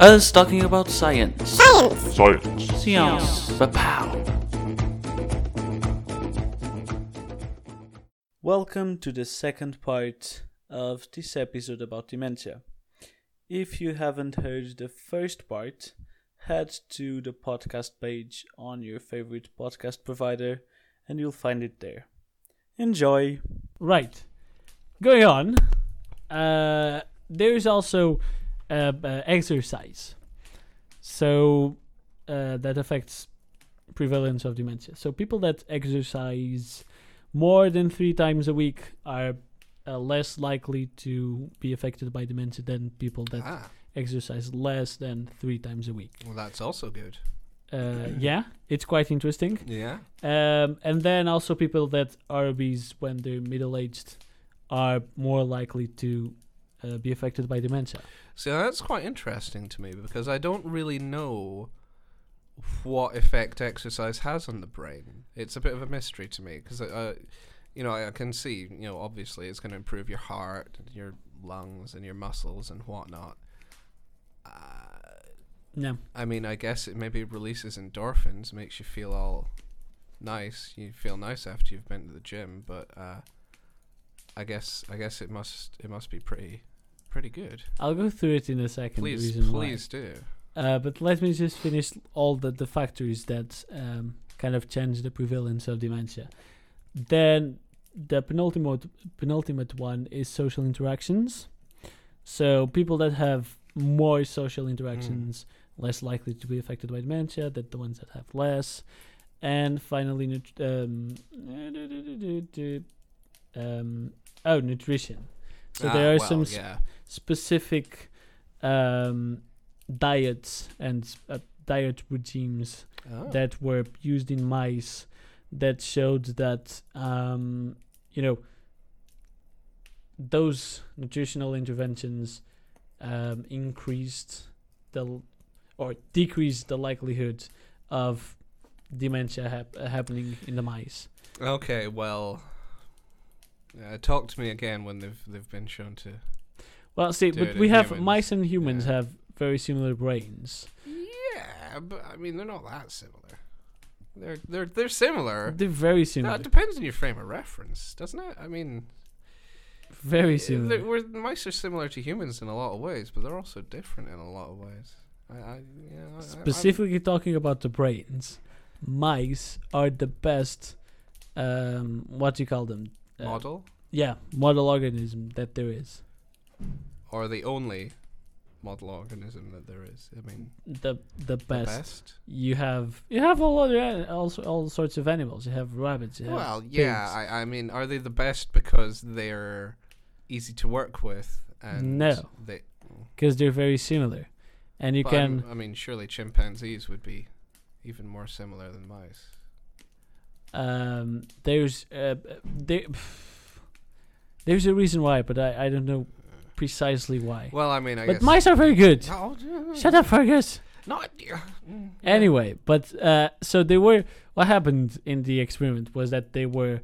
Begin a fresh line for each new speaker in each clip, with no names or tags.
Us talking about science.
Science.
Science.
Science. Papow.
Welcome to the second part of this episode about dementia. If you haven't heard the first part, head to the podcast page on your favorite podcast provider and you'll find it there. Enjoy!
Right. Going on, uh, there is also uh, uh, exercise. So uh, that affects prevalence of dementia. So people that exercise more than three times a week are uh, less likely to be affected by dementia than people that
Ah,
exercise less than three times a week.
well, that's also good.
Uh, yeah, it's quite interesting.
Yeah.
Um, and then also people that are obese when they're middle aged are more likely to uh, be affected by dementia.
So that's quite interesting to me because I don't really know what effect exercise has on the brain. It's a bit of a mystery to me because, uh, you know, I, I can see, you know, obviously it's going to improve your heart, and your lungs, and your muscles and whatnot. Uh,
Yeah.
I mean, I guess it maybe releases endorphins, makes you feel all nice. You feel nice after you've been to the gym, but uh, I guess I guess it must it must be pretty pretty good.
I'll go through it in a second. the
Please,
reason why.
please do.
Uh, but let me just finish all the, the factors that um, kind of change the prevalence of dementia. Then the penultimate penultimate one is social interactions. So people that have more social interactions less likely to be affected by dementia than the ones that have less. And finally, nut- uh, um, um, oh, nutrition. So
Ah,
there are
well,
some
yeah.
specific um, diets and uh, diet regimes
Oh.
that were used in mice that showed that um, you know those nutritional interventions um, increased the l- or decreased the likelihood of dementia hap- uh, happening in the mice.
Okay, well, uh, talk to me again when they've they've been shown to.
Well, see,
Do it
but we
in
have
humans.
mice and humans
Yeah.
have very similar brains.
Yeah, but I mean they're not that similar. They're they're they're similar.
They're very
No,
similar.
it depends on your frame of reference, doesn't it? I mean,
Very
Yeah,
similar.
they're- We're, mice are similar to humans in a lot of ways, but they're also different in a lot of ways. I, I, yeah, I- I- I'm-
Specifically talking about the brains, mice are the best. Um, what do you call them? Uh,
model
Yeah, model organism that there is.
or the only model organism that there is. I mean,
The the
the
best.
best.
You have you have all other an- all, s- all sorts of animals. You have rabbits. You have
Well, yeah.
pigs.
I, I mean, are they the best because they're easy to work with? And
No.
They,
because they're very similar, and you
but
can.
I'm- I mean, surely chimpanzees would be even more similar than mice.
Um, there's uh, there. There's a reason why, but I, I don't know precisely why.
Well, I mean, I
but
guess.
mice are very good.
Oh, yeah,
Shut up, Fergus.
Not. yeah, mm, yeah.
Anyway, but uh, so they were. What happened in the experiment was that they were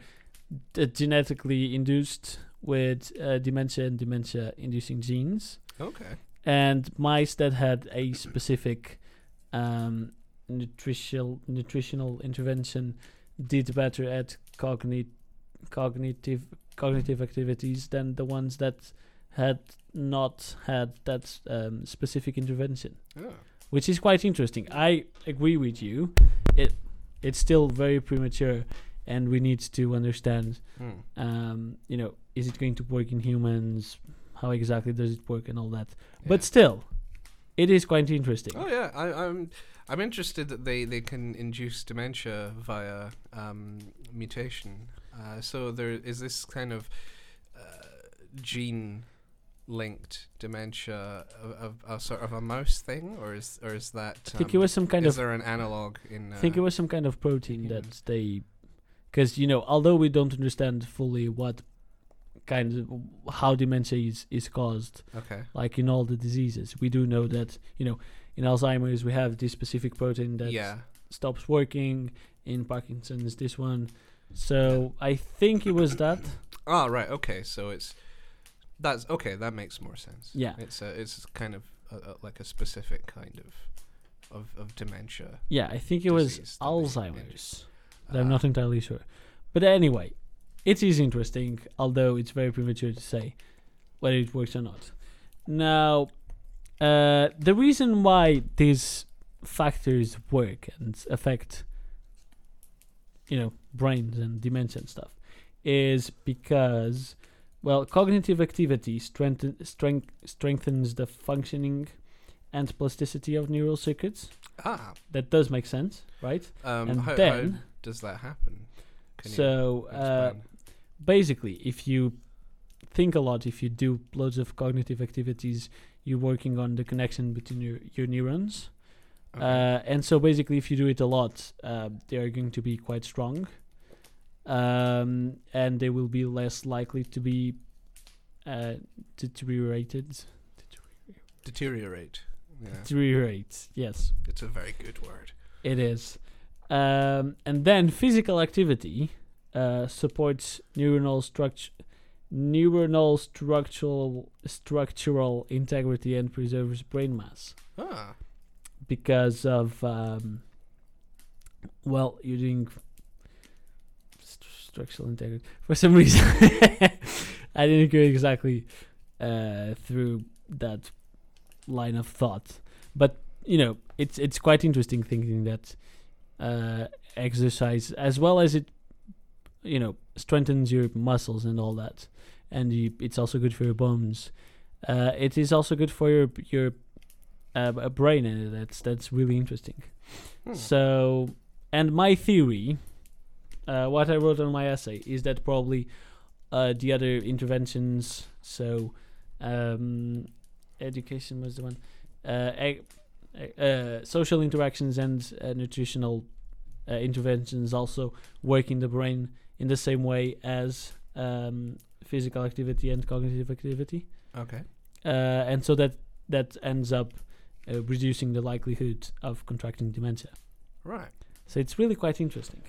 d- genetically induced with uh, dementia and dementia-inducing genes,
Okay.
and mice that had a specific um, nutritional nutritional intervention did better at cognit- cognitive cognitive activities than the ones that had not had that um, specific intervention
Yeah.
which is quite interesting. I agree with you. It it's still very premature, and we need to understand.
Hmm.
Um, you know, is it going to work in humans? How exactly does it work, and all that?
Yeah.
But still, it is quite interesting.
Oh yeah, I, I'm I'm interested that they, they can induce dementia via um, mutation. Uh, so there is this kind of uh, gene linked dementia of, of a sort of a mouse thing, or is or is that? um,
I think it was some kind
is
of.
there an analog in? Uh,
I think it was some kind of protein
humans.
that they, because you know, although we don't understand fully what kind of how dementia is is caused,
uh, okay.
like in all the diseases. We do know that, you know, in Alzheimer's we have this specific protein that
yeah,
stops working, in Parkinson's this one. So I think it was that.
Ah, right. Okay. So it's that's okay. That makes more sense.
Yeah.
It's a, it's kind of a, a, like a specific kind of of, of dementia.
Yeah, I think it was
Disease that they-
Alzheimer's. but I'm
Ah.
not entirely sure. But anyway, it is interesting, although it's very premature to say whether it works or not. Now, uh, the reason why these factors work and affect, you know, brains and dementia and stuff is because, well, cognitive activity strengthen, strength, strengthens the functioning and plasticity of neural circuits.
Ah,
That does make sense, right?
um,
and
how,
then,
how does that happen? Can
so uh,
explain?
basically, if you think a lot, if you do loads of cognitive activities, you're working on the connection between your, your neurons.
Okay.
Uh, and so basically, if you do it a lot, uh, they are going to be quite strong. Um, and they will be less likely to be uh, deteriorated.
deteriorate. Yeah,
Deteriorate, yes.
it's a very good word.
It is. Um, and then physical activity uh, supports neuronal structure neuronal structural structural integrity and preserves brain mass
Ah,
because of um, well you're doing st- structural integrity for some reason i didn't go exactly uh, through that line of thought but you know it's it's quite interesting thinking that uh, exercise as well as it you know strengthens your muscles and all that and you, it's also good for your bones uh, it is also good for your your uh, b- brain and that's that's really interesting
Hmm.
so and my theory uh, what i wrote on my essay is that probably uh, the other interventions so um, education was the one uh, eg- e- uh, social interactions and uh, nutritional uh, interventions also work in the brain in the same way as um, physical activity and cognitive activity
okay.
uh, and so that that ends up uh, reducing the likelihood of contracting dementia.
Right.
So it's really quite interesting.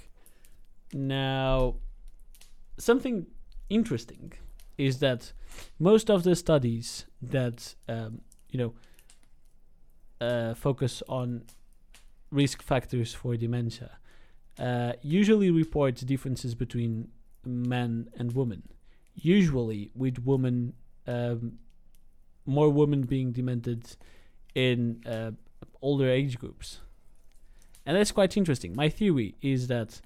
Now, something interesting is that most of the studies that um, you know uh, focus on risk factors for dementia uh, usually report differences between men and women. Usually, with women, um, more women being demented in uh, older age groups and that's quite interesting. My theory is that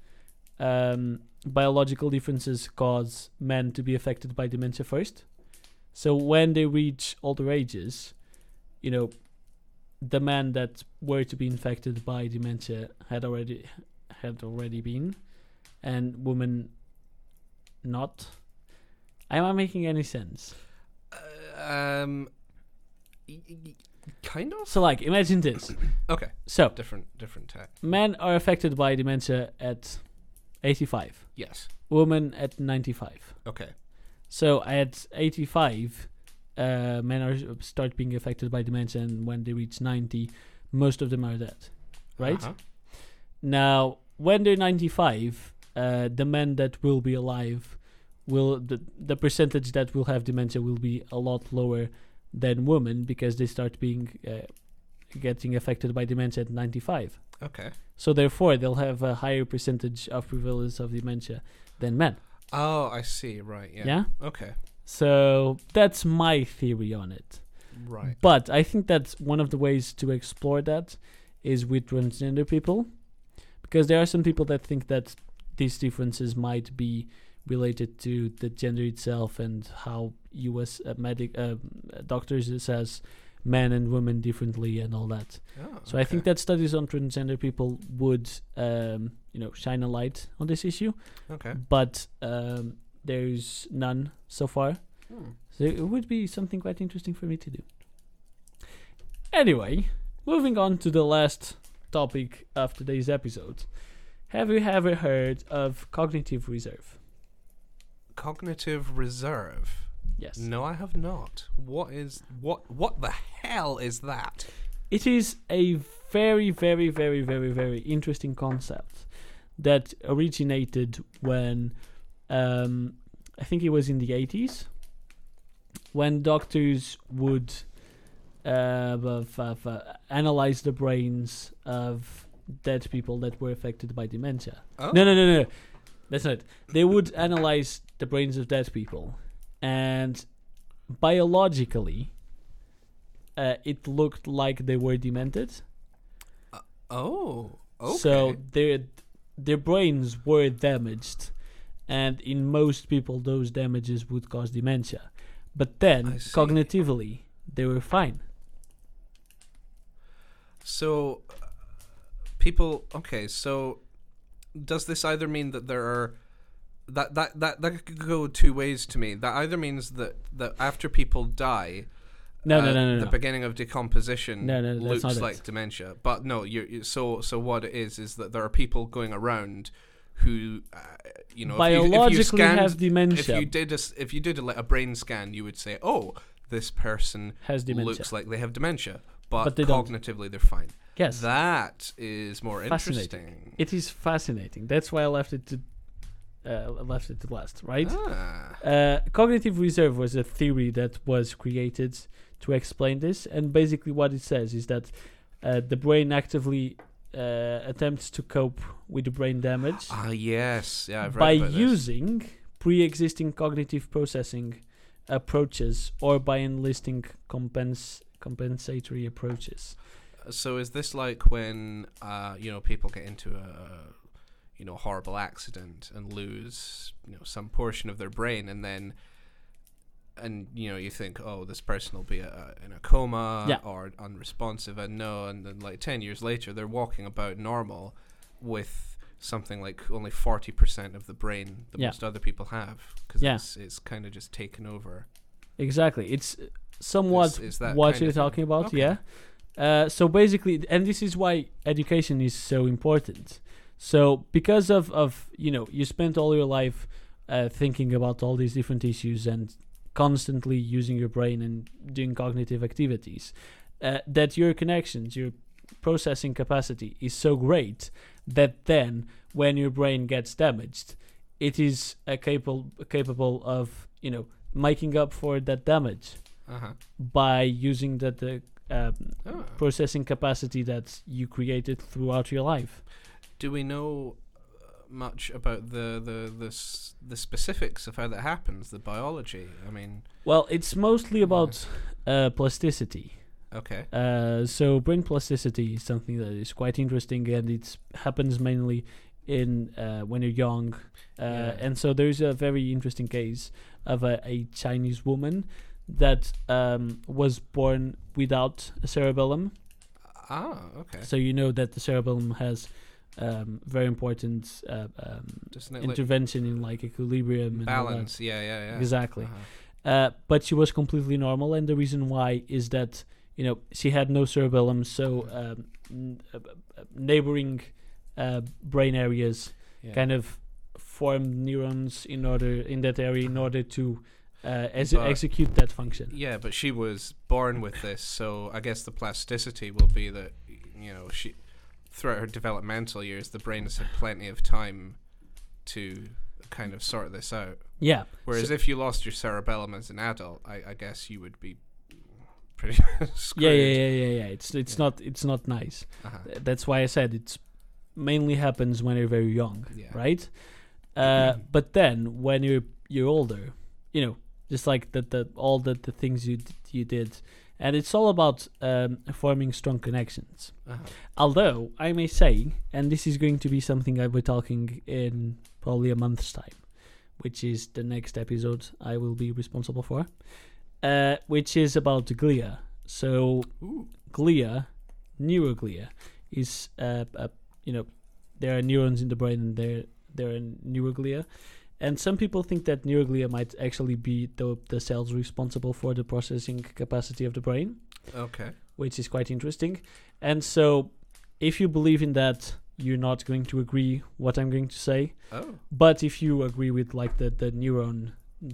um, biological differences cause men to be affected by dementia first. So when they reach older ages, you know, the men that were to be infected by dementia had already had already been, and women not. Am I making any sense?
Uh, um, y- y- kind of.
So like, imagine this.
Okay.
So
Different. Different tech.
men are affected by dementia at 85,
Yes.
women at 95.
Okay.
So at 85, uh, men are start being affected by dementia, and when they reach 90, most of them are dead. Right?
Uh-huh.
Now, when they're 95, uh, the men that will be alive will the the percentage that will have dementia will be a lot lower than women because they start being uh, getting affected by dementia at 95.
Okay.
So therefore, they'll have a higher percentage of prevalence of dementia than men.
Oh, I see. Right. Yeah.
yeah?
Okay.
So that's my theory on it.
Right.
But I think that's one of the ways to explore that is with transgender people, because there are some people that think that these differences might be related to the gender itself and how U.S. Uh, medic uh, doctors assess men and women differently and all that.
Oh,
Mm. So I think
okay.
that studies on transgender people would, um, you know, shine a light on this issue,
Okay.
but um, there's none so far.
Hmm.
So it would be something quite interesting for me to do. Anyway, moving on to the last topic of today's episode. Have you ever heard of cognitive reserve?
Cognitive reserve.
Yes.
No, I have not. What is what? What the hell is that?
It is a very, very, very, very, very interesting concept that originated when um, I think it was in the 80s when doctors would uh, have, have uh, analyzed the brains of dead people that were affected by dementia.
Oh.
No, no, no, no. That's not. it. They would analyze the brains of dead people, and biologically, uh, it looked like they were demented.
Oh. Okay.
So their their brains were damaged, and in most people, those damages would cause dementia. But then,
I see.
cognitively, they were fine.
So, uh, people. Okay, so does this either mean that there are that that that that could go two ways to me? That either means that that after people die.
No,
uh,
no, no, no,
The
no.
beginning of decomposition
No, no, that's
looks
not it.
like dementia, but no. You're, you so so. What it is is that there are people going around who, uh, you know, if you- if you,
Biologically
scanned,
have
If
dementia.
you did a, s- if you did a, like, a brain scan, you would say, oh, this person
Has dementia.
looks like they have dementia, but,
But they don't.
cognitively they're fine.
Yes,
That is more
Fascinating.
interesting.
it is fascinating. That's why I left it to uh, left it to last, right?
Ah,
Uh, cognitive reserve was a theory that was created to explain this, and basically what it says is that uh, the brain actively uh, attempts to cope with the brain damage
Ah, yes. Yeah, I've read
by
about this.
using pre-existing cognitive processing approaches or by enlisting compens- compensatory approaches.
So is this like when uh, you know people get into a you know horrible accident and lose you know some portion of their brain and then and you know you think oh this person will be a, in a coma
Yeah.
or unresponsive and no and then like 10 years later they're walking about normal with something like only 40% of the brain that
Yeah.
most other people have because
Yeah.
it's, it's kind of just taken over
Exactly. It's uh, somewhat
Is- is that
what
kind
you're
of thing?
talking about,
Okay.
yeah. Uh, so basically, and this is why education is so important. So because of, of you know, you spent all your life uh, thinking about all these different issues and constantly using your brain and doing cognitive activities, uh, that your connections, your processing capacity is so great that then when your brain gets damaged, it is uh, capable capable of you know making up for that damage
uh-huh
by using that the um,
Ah.
processing capacity that you created throughout your life.
Do we know uh, much about the the the, s- the specifics of how that happens? The biology. I mean,
Well, it's mostly about uh, plasticity.
okay.
Uh, so brain plasticity is something that is quite interesting, and it happens mainly in uh, when you're young. Uh,
Yeah.
And so there's a very interesting case of a, a Chinese woman that um, was born without a cerebellum.
Ah, okay.
So you know that the cerebellum has um, very important uh, um,
Doesn't it like
intervention in like equilibrium and All
balance? Yeah, yeah,
that.
yeah.
Exactly.
Uh-huh.
Uh, but she was completely normal, and the reason why is that you know she had no cerebellum, so um, n- uh, uh, neighboring uh, brain areas
Yeah.
kind of formed neurons in order in that area in order to uh, ex-
But-
execute that function.
Yeah, but she was born with this, so I guess the plasticity will be that you know she throughout her developmental years, the brain has had plenty of time to kind of sort this out.
Yeah,
Whereas if you lost your cerebellum as an adult, I, I guess you would be pretty screwed.
yeah, yeah, yeah, yeah, yeah. It's it's
Yeah.
not it's not nice.
Uh-huh.
Th- That's why I said it's mainly happens when you're very young.
Yeah. Mm-hmm.
right? Uh, but then when you're you're older, you know, just like that the all the, the things you d- you did, and it's all about um, forming strong connections.
Uh-huh.
Although I may say, and this is going to be something I will be talking in probably a month's time, which is the next episode I will be responsible for, uh, which is about the glia. So
Ooh.
glia, neuroglia, is uh, a, you know there are neurons in the brain and there there are neuroglia, and some people think that neuroglia might actually be the the cells responsible for the processing capacity of the brain,
Okay.
which is quite interesting. And so, if you believe in that, you're not going to agree what I'm going to say.
Oh.
But if you agree with like the the neuron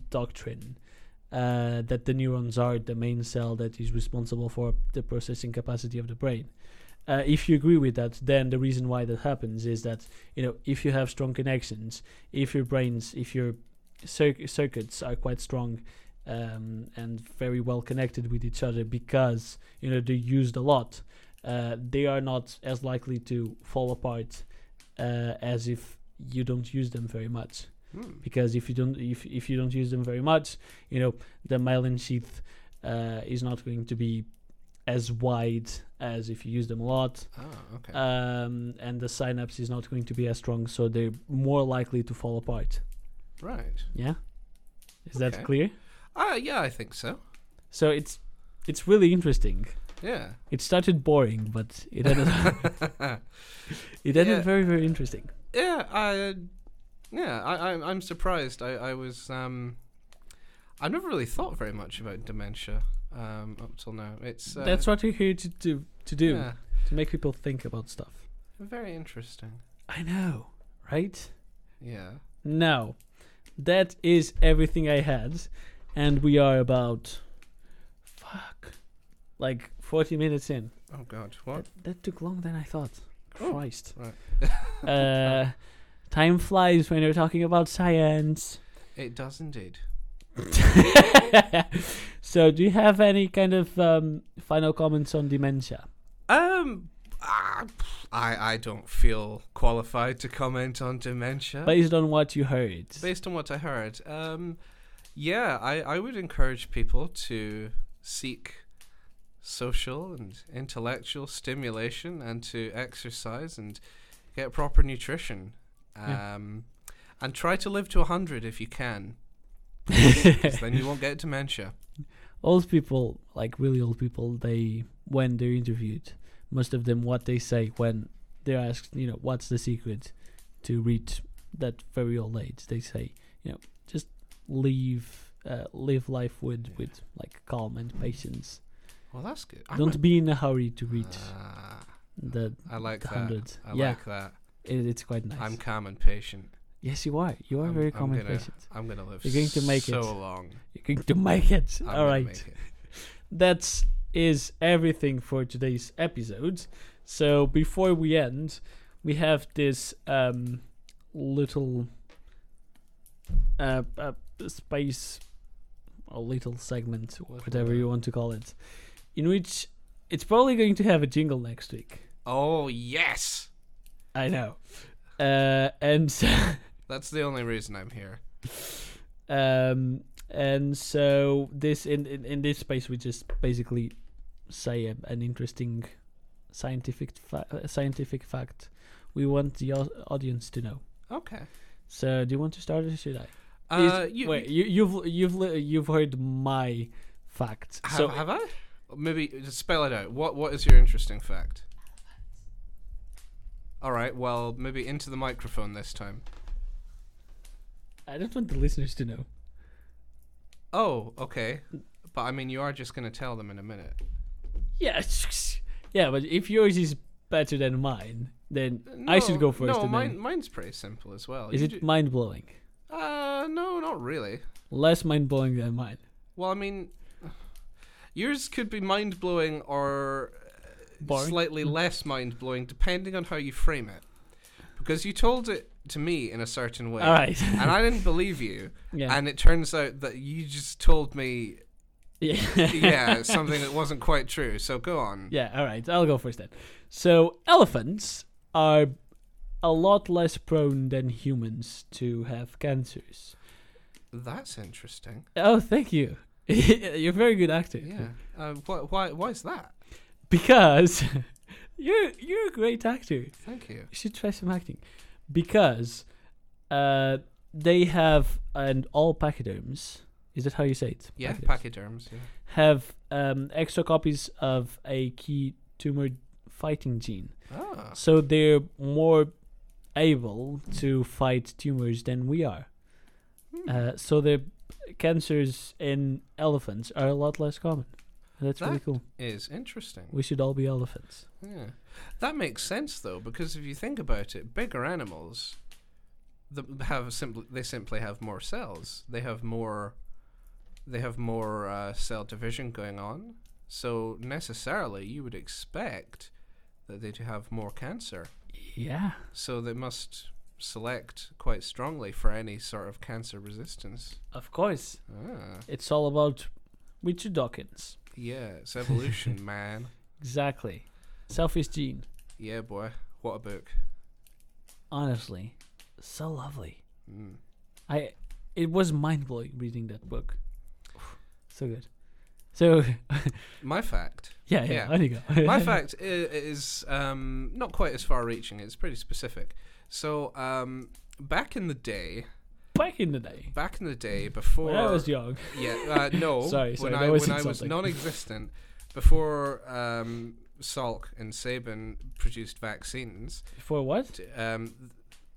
doctrine, uh, that the neurons are the main cell that is responsible for the processing capacity of the brain. Uh, if you agree with that, then the reason why that happens is that you know if you have strong connections, if your brains, if your cir- circuits are quite strong, um, and very well connected with each other because you know they're used a lot. Uh, they are not as likely to fall apart uh, as if you don't use them very much.
Hmm.
Because if you don't if, if you don't use them very much, you know the myelin sheath uh, is not going to be as wide as if you use them a lot
Oh, okay.
um, and the synapse is not going to be as strong, so they're more likely to fall apart.
right.
Yeah, is
Okay.
that clear?
Ah, yeah, I think so.
So it's it's really interesting.
Yeah.
It started boring, but it ended it ended
Yeah.
very very interesting.
yeah, I, yeah, I, I'm, I'm surprised. I, I was, um, I've never really thought very much about dementia, um, up till now. It's uh,
That's what we're here to do to do
Yeah,
to make people think about stuff.
very interesting.
I know, right?
Yeah.
Now, that is everything I had, and we are about fuck like forty minutes in.
Oh God, what?
That, that took longer than I thought.
Oh,
Christ.
right.
uh, time flies when you're talking about science.
It does indeed.
so, do you have any kind of um, final comments on dementia?
Um, ah, I, I don't feel qualified to comment on dementia.
Based on what you heard.
based on what I heard, um, yeah, I, I would encourage people to seek social and intellectual stimulation and to exercise and get proper nutrition.
Yeah.
Um, And try to live to 100 if you can, 'cause then you won't get dementia.
old people, like really old people, they, when they're interviewed, most of them, what they say when they're asked, you know, what's the secret to reach that very old age, they say, you know, just leave. Uh, live life with,
Yeah.
with like calm and patience.
Well, that's good. I'm
Don't
a-
be in a hurry to reach
Ah,
the
I like that.
100.
I
Yeah.
like that.
It, it's quite nice.
I'm calm and patient.
yes, you are. You are
I'm-
very
I'm
calm and
gonna-
patient.
I'm going to live
You're going to make it.
so long.
You're going to make it.
I'm
All
gonna
right.
make it.
That is everything for today's episode. So before we end, we have this um, little uh, uh, space or little segment, or
Little
whatever
bit.
you want to call it, in which it's probably going to have a jingle next week.
Oh, yes.
I know. Uh, and
That's the only reason I'm here.
um and so this in, in in this space we just basically say a, an interesting scientific fa- uh, scientific fact we want the au- audience to know
Okay.
so do you want to start or should i
Uh,
Is-
you,
wait you, you've you've li- you've heard my fact
have,
so
have I? Maybe just spell it out. What What is your interesting fact? All right. Well, maybe into the microphone this time.
i don't want the listeners to know
Oh, okay. But I mean, you are just gonna tell them in a minute.
yeah yeah but if yours is better than mine then i should
No,
go first
No,
and
mine,
then
mine's pretty simple as well.
is
You
it
ju-
mind-blowing
uh, no, not really.
less mind-blowing than mine
Well, I mean, yours could be mind blowing or uh,
Boring. Mm.
slightly less mind blowing, depending on how you frame it. Because you told it to me in a certain way,
all right
and I didn't believe you.
yeah
And it turns out that you just told me,
yeah
yeah, something that wasn't quite true. So go on.
Yeah, all right. I'll go first then. So elephants are a lot less prone than humans to have cancers.
That's interesting.
Oh, thank you. you're a very good actor.
Yeah. Uh, wh- why? Why is that?
Because you're you're a great actor. You
Thank you.
should try some acting. Because uh, they have an all pachyderms. Is that how you say it?
Yeah,
Pachyderms.
pachyderms. Yeah.
have um, extra copies of a key tumor fighting gene.
Ah,
So they're more able to fight tumors than we are. Uh, so the cancers in elephants are a lot less common. And that's really
That-
cool.
is interesting.
We should all be elephants.
Yeah. That makes sense though, because if you think about it, bigger animals th- have simply they simply have more cells. They have more they have more uh, cell division going on. So necessarily you would expect that they'd have more cancer.
Yeah.
So they must select quite strongly for any sort of cancer resistance.
Of course,
Ah,
it's all about Richard Dawkins.
yeah, it's evolution, man.
Exactly. Selfish gene.
Yeah, boy. What a book.
Honestly, so lovely.
Mm.
I it was mind blowing reading that book. So good. So
My fact.
yeah, yeah,
Yeah.
on you go.
My fact i- is um, not quite as far reaching, it's pretty specific. So, um, back in the day,
back in the day.
back in the day before.
When I was young.
Yeah, uh, no.
Sorry, sorry,
when
that
I
was
when I was
insulting.
non-existent, before um, Salk and Sabin produced vaccines,
For what?
t- um,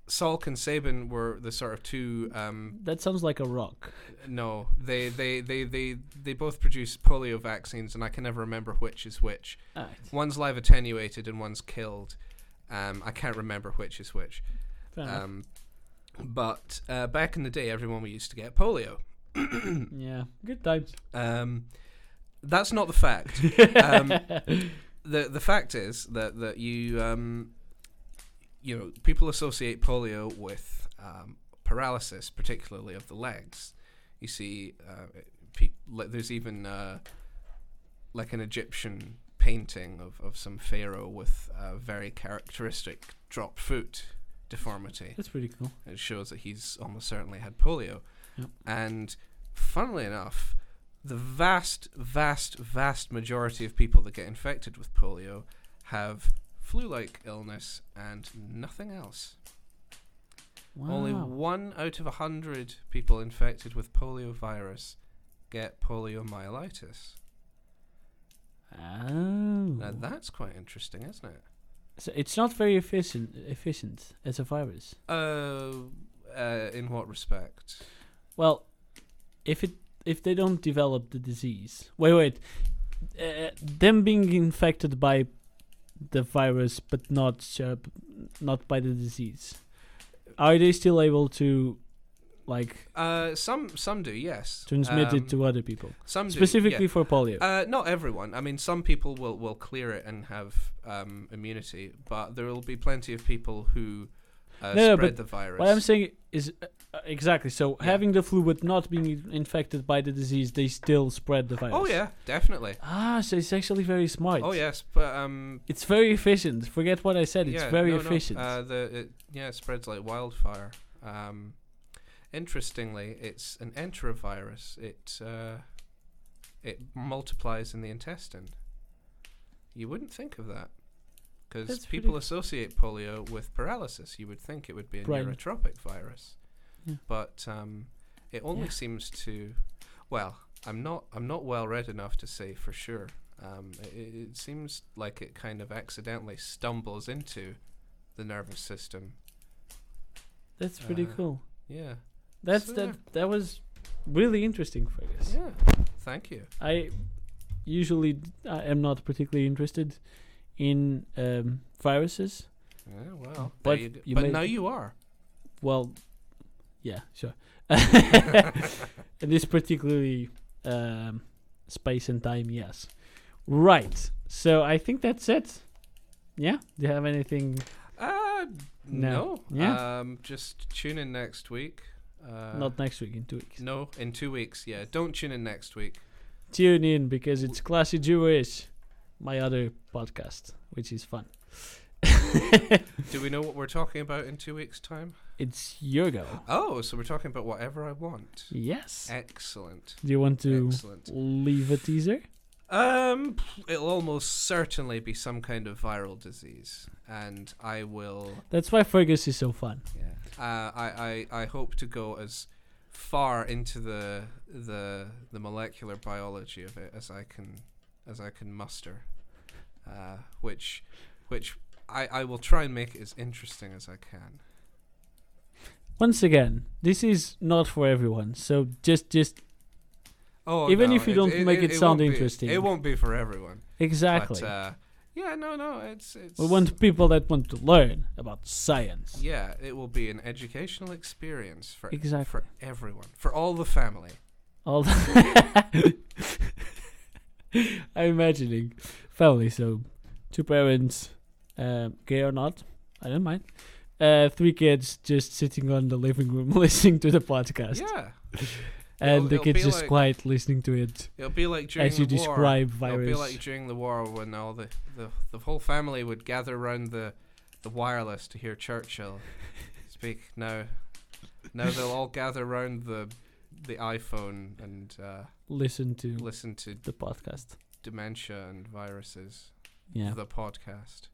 Salk and Sabin were the sort of two. Um,
That sounds like a rock.
no, they they, they, they they both produced polio vaccines, and I can never remember which is which.
Alright.
One's live attenuated, and one's killed. Um, I can't remember which is which.
Fair enough.
Um, but uh, back in the day, everyone we used to get polio.
yeah. Good times.
Um, that's not the fact. um, the the fact is that that you um, you know people associate polio with um, paralysis, particularly of the legs. You see, uh, pe- like, there's even uh, like an Egyptian painting of, of some pharaoh with a very characteristic drop foot deformity.
That's pretty cool.
It shows that he's almost certainly had polio.
Yep.
And funnily enough, the vast, vast, vast majority of people that get infected with polio have flu like illness and nothing else.
Wow.
Only one out of a hundred people infected with polio virus get poliomyelitis. Now
Oh.
that's quite interesting, isn't it?
So it's not very efficient efficient as a virus.
Uh, uh, in what respect?
Well, if it if they don't develop the disease, wait, wait, uh, them being infected by the virus but not ser- not by the disease, are they still able to like
Uh, some some do, yes.
transmit
Um,
it to other people,
some do, yeah.
specifically for polio?
Uh, not everyone. I mean, some people will, will clear it and have um, immunity, but there will be plenty of people who
No,
uh,
no,
spread
but
the virus.
what I'm saying is uh, uh, exactly so
Yeah.
having the flu but not being in- infected by the disease, they still spread the virus.
oh yeah, definitely.
Ah, so it's actually very smart.
Oh yes, but um,
It's very efficient. Forget what I said.
yeah,
it's very
no, no,
efficient.
uh, the it, yeah, it spreads like wildfire. Um, interestingly, it's an enterovirus. It uh, it multiplies in the intestine. You wouldn't think of that. Because
That's
people
pretty-
associate polio with paralysis, you would think it would be a
Brain.
neurotropic virus,
Yeah.
but um, it only
Yeah.
seems to. Well, I'm not I'm not well read enough to say for sure. Um, it, it seems like it kind of accidentally stumbles into the nervous system.
That's pretty
Uh,
cool.
Yeah,
That's
So,
that.
yeah.
That was really interesting, Fergus.
yeah. Thank you.
I usually d- I am not particularly interested in um, viruses.
Yeah, well, there
Mm. But
you go.
you
but
may-
now you are.
Well, yeah, sure. and this particularly um, space and time, yes. Right. So I think that's it. Yeah. Do you have anything?
Uh,
No.
no.
Yeah.
Um, just tune in next week. Uh,
not next week. In two weeks.
No, in two weeks. Yeah, don't tune in next week.
Tune in because it's classy Jewish. My other podcast, which is fun.
Do we know what we're talking about in two weeks' time?
It's your go.
Oh, so we're talking about whatever I want.
Yes.
Excellent.
Do you want to
Excellent.
leave a teaser?
Um, it'll almost certainly be some kind of viral disease, and I will.
That's why Fergus is so fun.
Yeah. Uh, I, I I hope to go as far into the the the molecular biology of it as I can as I can muster, uh, which which I I will try and make it as interesting as I can.
Once again, this is not for everyone. So just, just
Oh,
Even
no,
if you don't make it sound
won't be-
interesting.
it won't be for everyone.
exactly.
But, uh, yeah, no, no, it's it's.
we want people that want to learn about science.
Yeah, it will be an educational experience for
Exactly.
for everyone, for all the family.
All the I'm imagining uh, family. So two parents, um, gay or not, I don't mind. uh, three kids just sitting on the living room listening to the podcast,
Yeah,
and
It'll-
the
it'll
kids
be
just
like-
quiet listening to it
it'll be like during
as you
the war.
describe
It'll
virus.
be like during the war when all the, the, the whole family would gather around the, the wireless to hear Churchill speak. Now, now they'll all gather around the the iPhone and uh,
Listen to
listen to
the podcast.
dementia and viruses.
Yeah,
The podcast.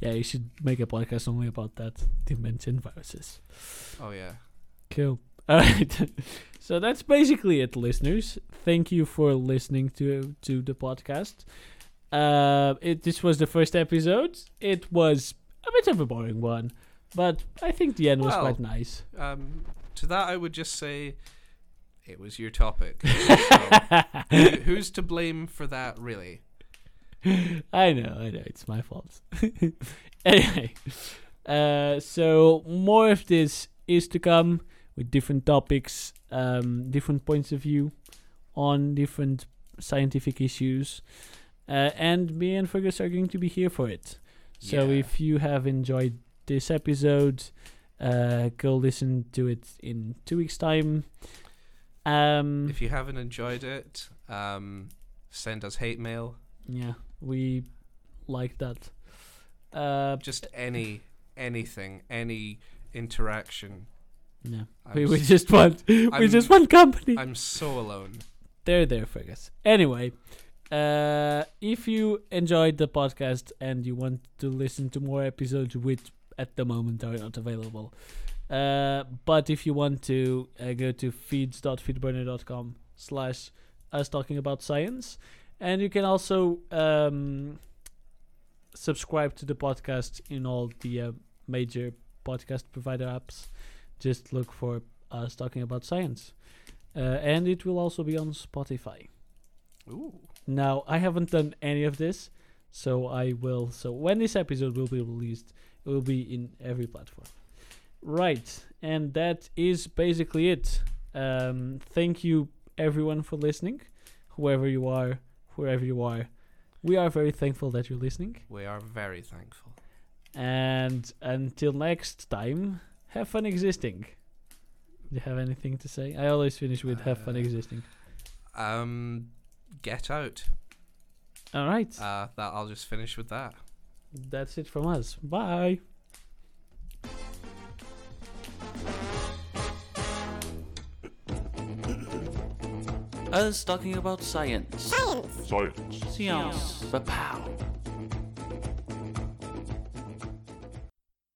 yeah, you should make a podcast only about that dimension viruses.
Oh yeah.
Cool. All right. so that's basically it, listeners. Thank you for listening to to the podcast. Uh, it this was the first episode. It was a bit of a boring one, but I think the end was
Well,
quite nice.
Um, to that, I would just say, it was your topic. So, who- who's to blame for that, really?
I know, I know, it's my fault. anyway, uh, so more of this is to come with different topics, um, different points of view on different scientific issues, uh, and me and Fergus are going to be here for it. So
Yeah.
if you have enjoyed this episode, uh, go listen to it in two weeks' time. Um,
If you haven't enjoyed it, um, send us hate mail.
yeah, we like that. Uh,
Just any anything, any interaction.
yeah.
I'm,
We, we
s-
just want we
I'm-
just want company.
I'm so alone.
They're there, Fergus. Anyway, uh, if you enjoyed the podcast and you want to listen to more episodes, which at the moment are not available, uh, but if you want to, uh, go to feeds.feedburner.com slash us talking about science, and you can also um, subscribe to the podcast in all the uh, major podcast provider apps. Just look for us talking about science. Uh, and it will also be on Spotify.
Ooh.
Now, I haven't done any of this, so I will. So, when this episode will be released, it will be in every platform. Right, and that is basically it. Um, thank you, everyone, for listening, whoever you are, wherever you are. We are very thankful that you're listening.
We are very thankful.
And until next time, have fun existing. Do you have anything to say? I always finish with have fun
Uh,
existing.
Um, get out.
All right.
Uh, that I'll just finish with that.
That's it from us. Bye.
Us talking about science.
Science.
Science. Science. Ba-pow.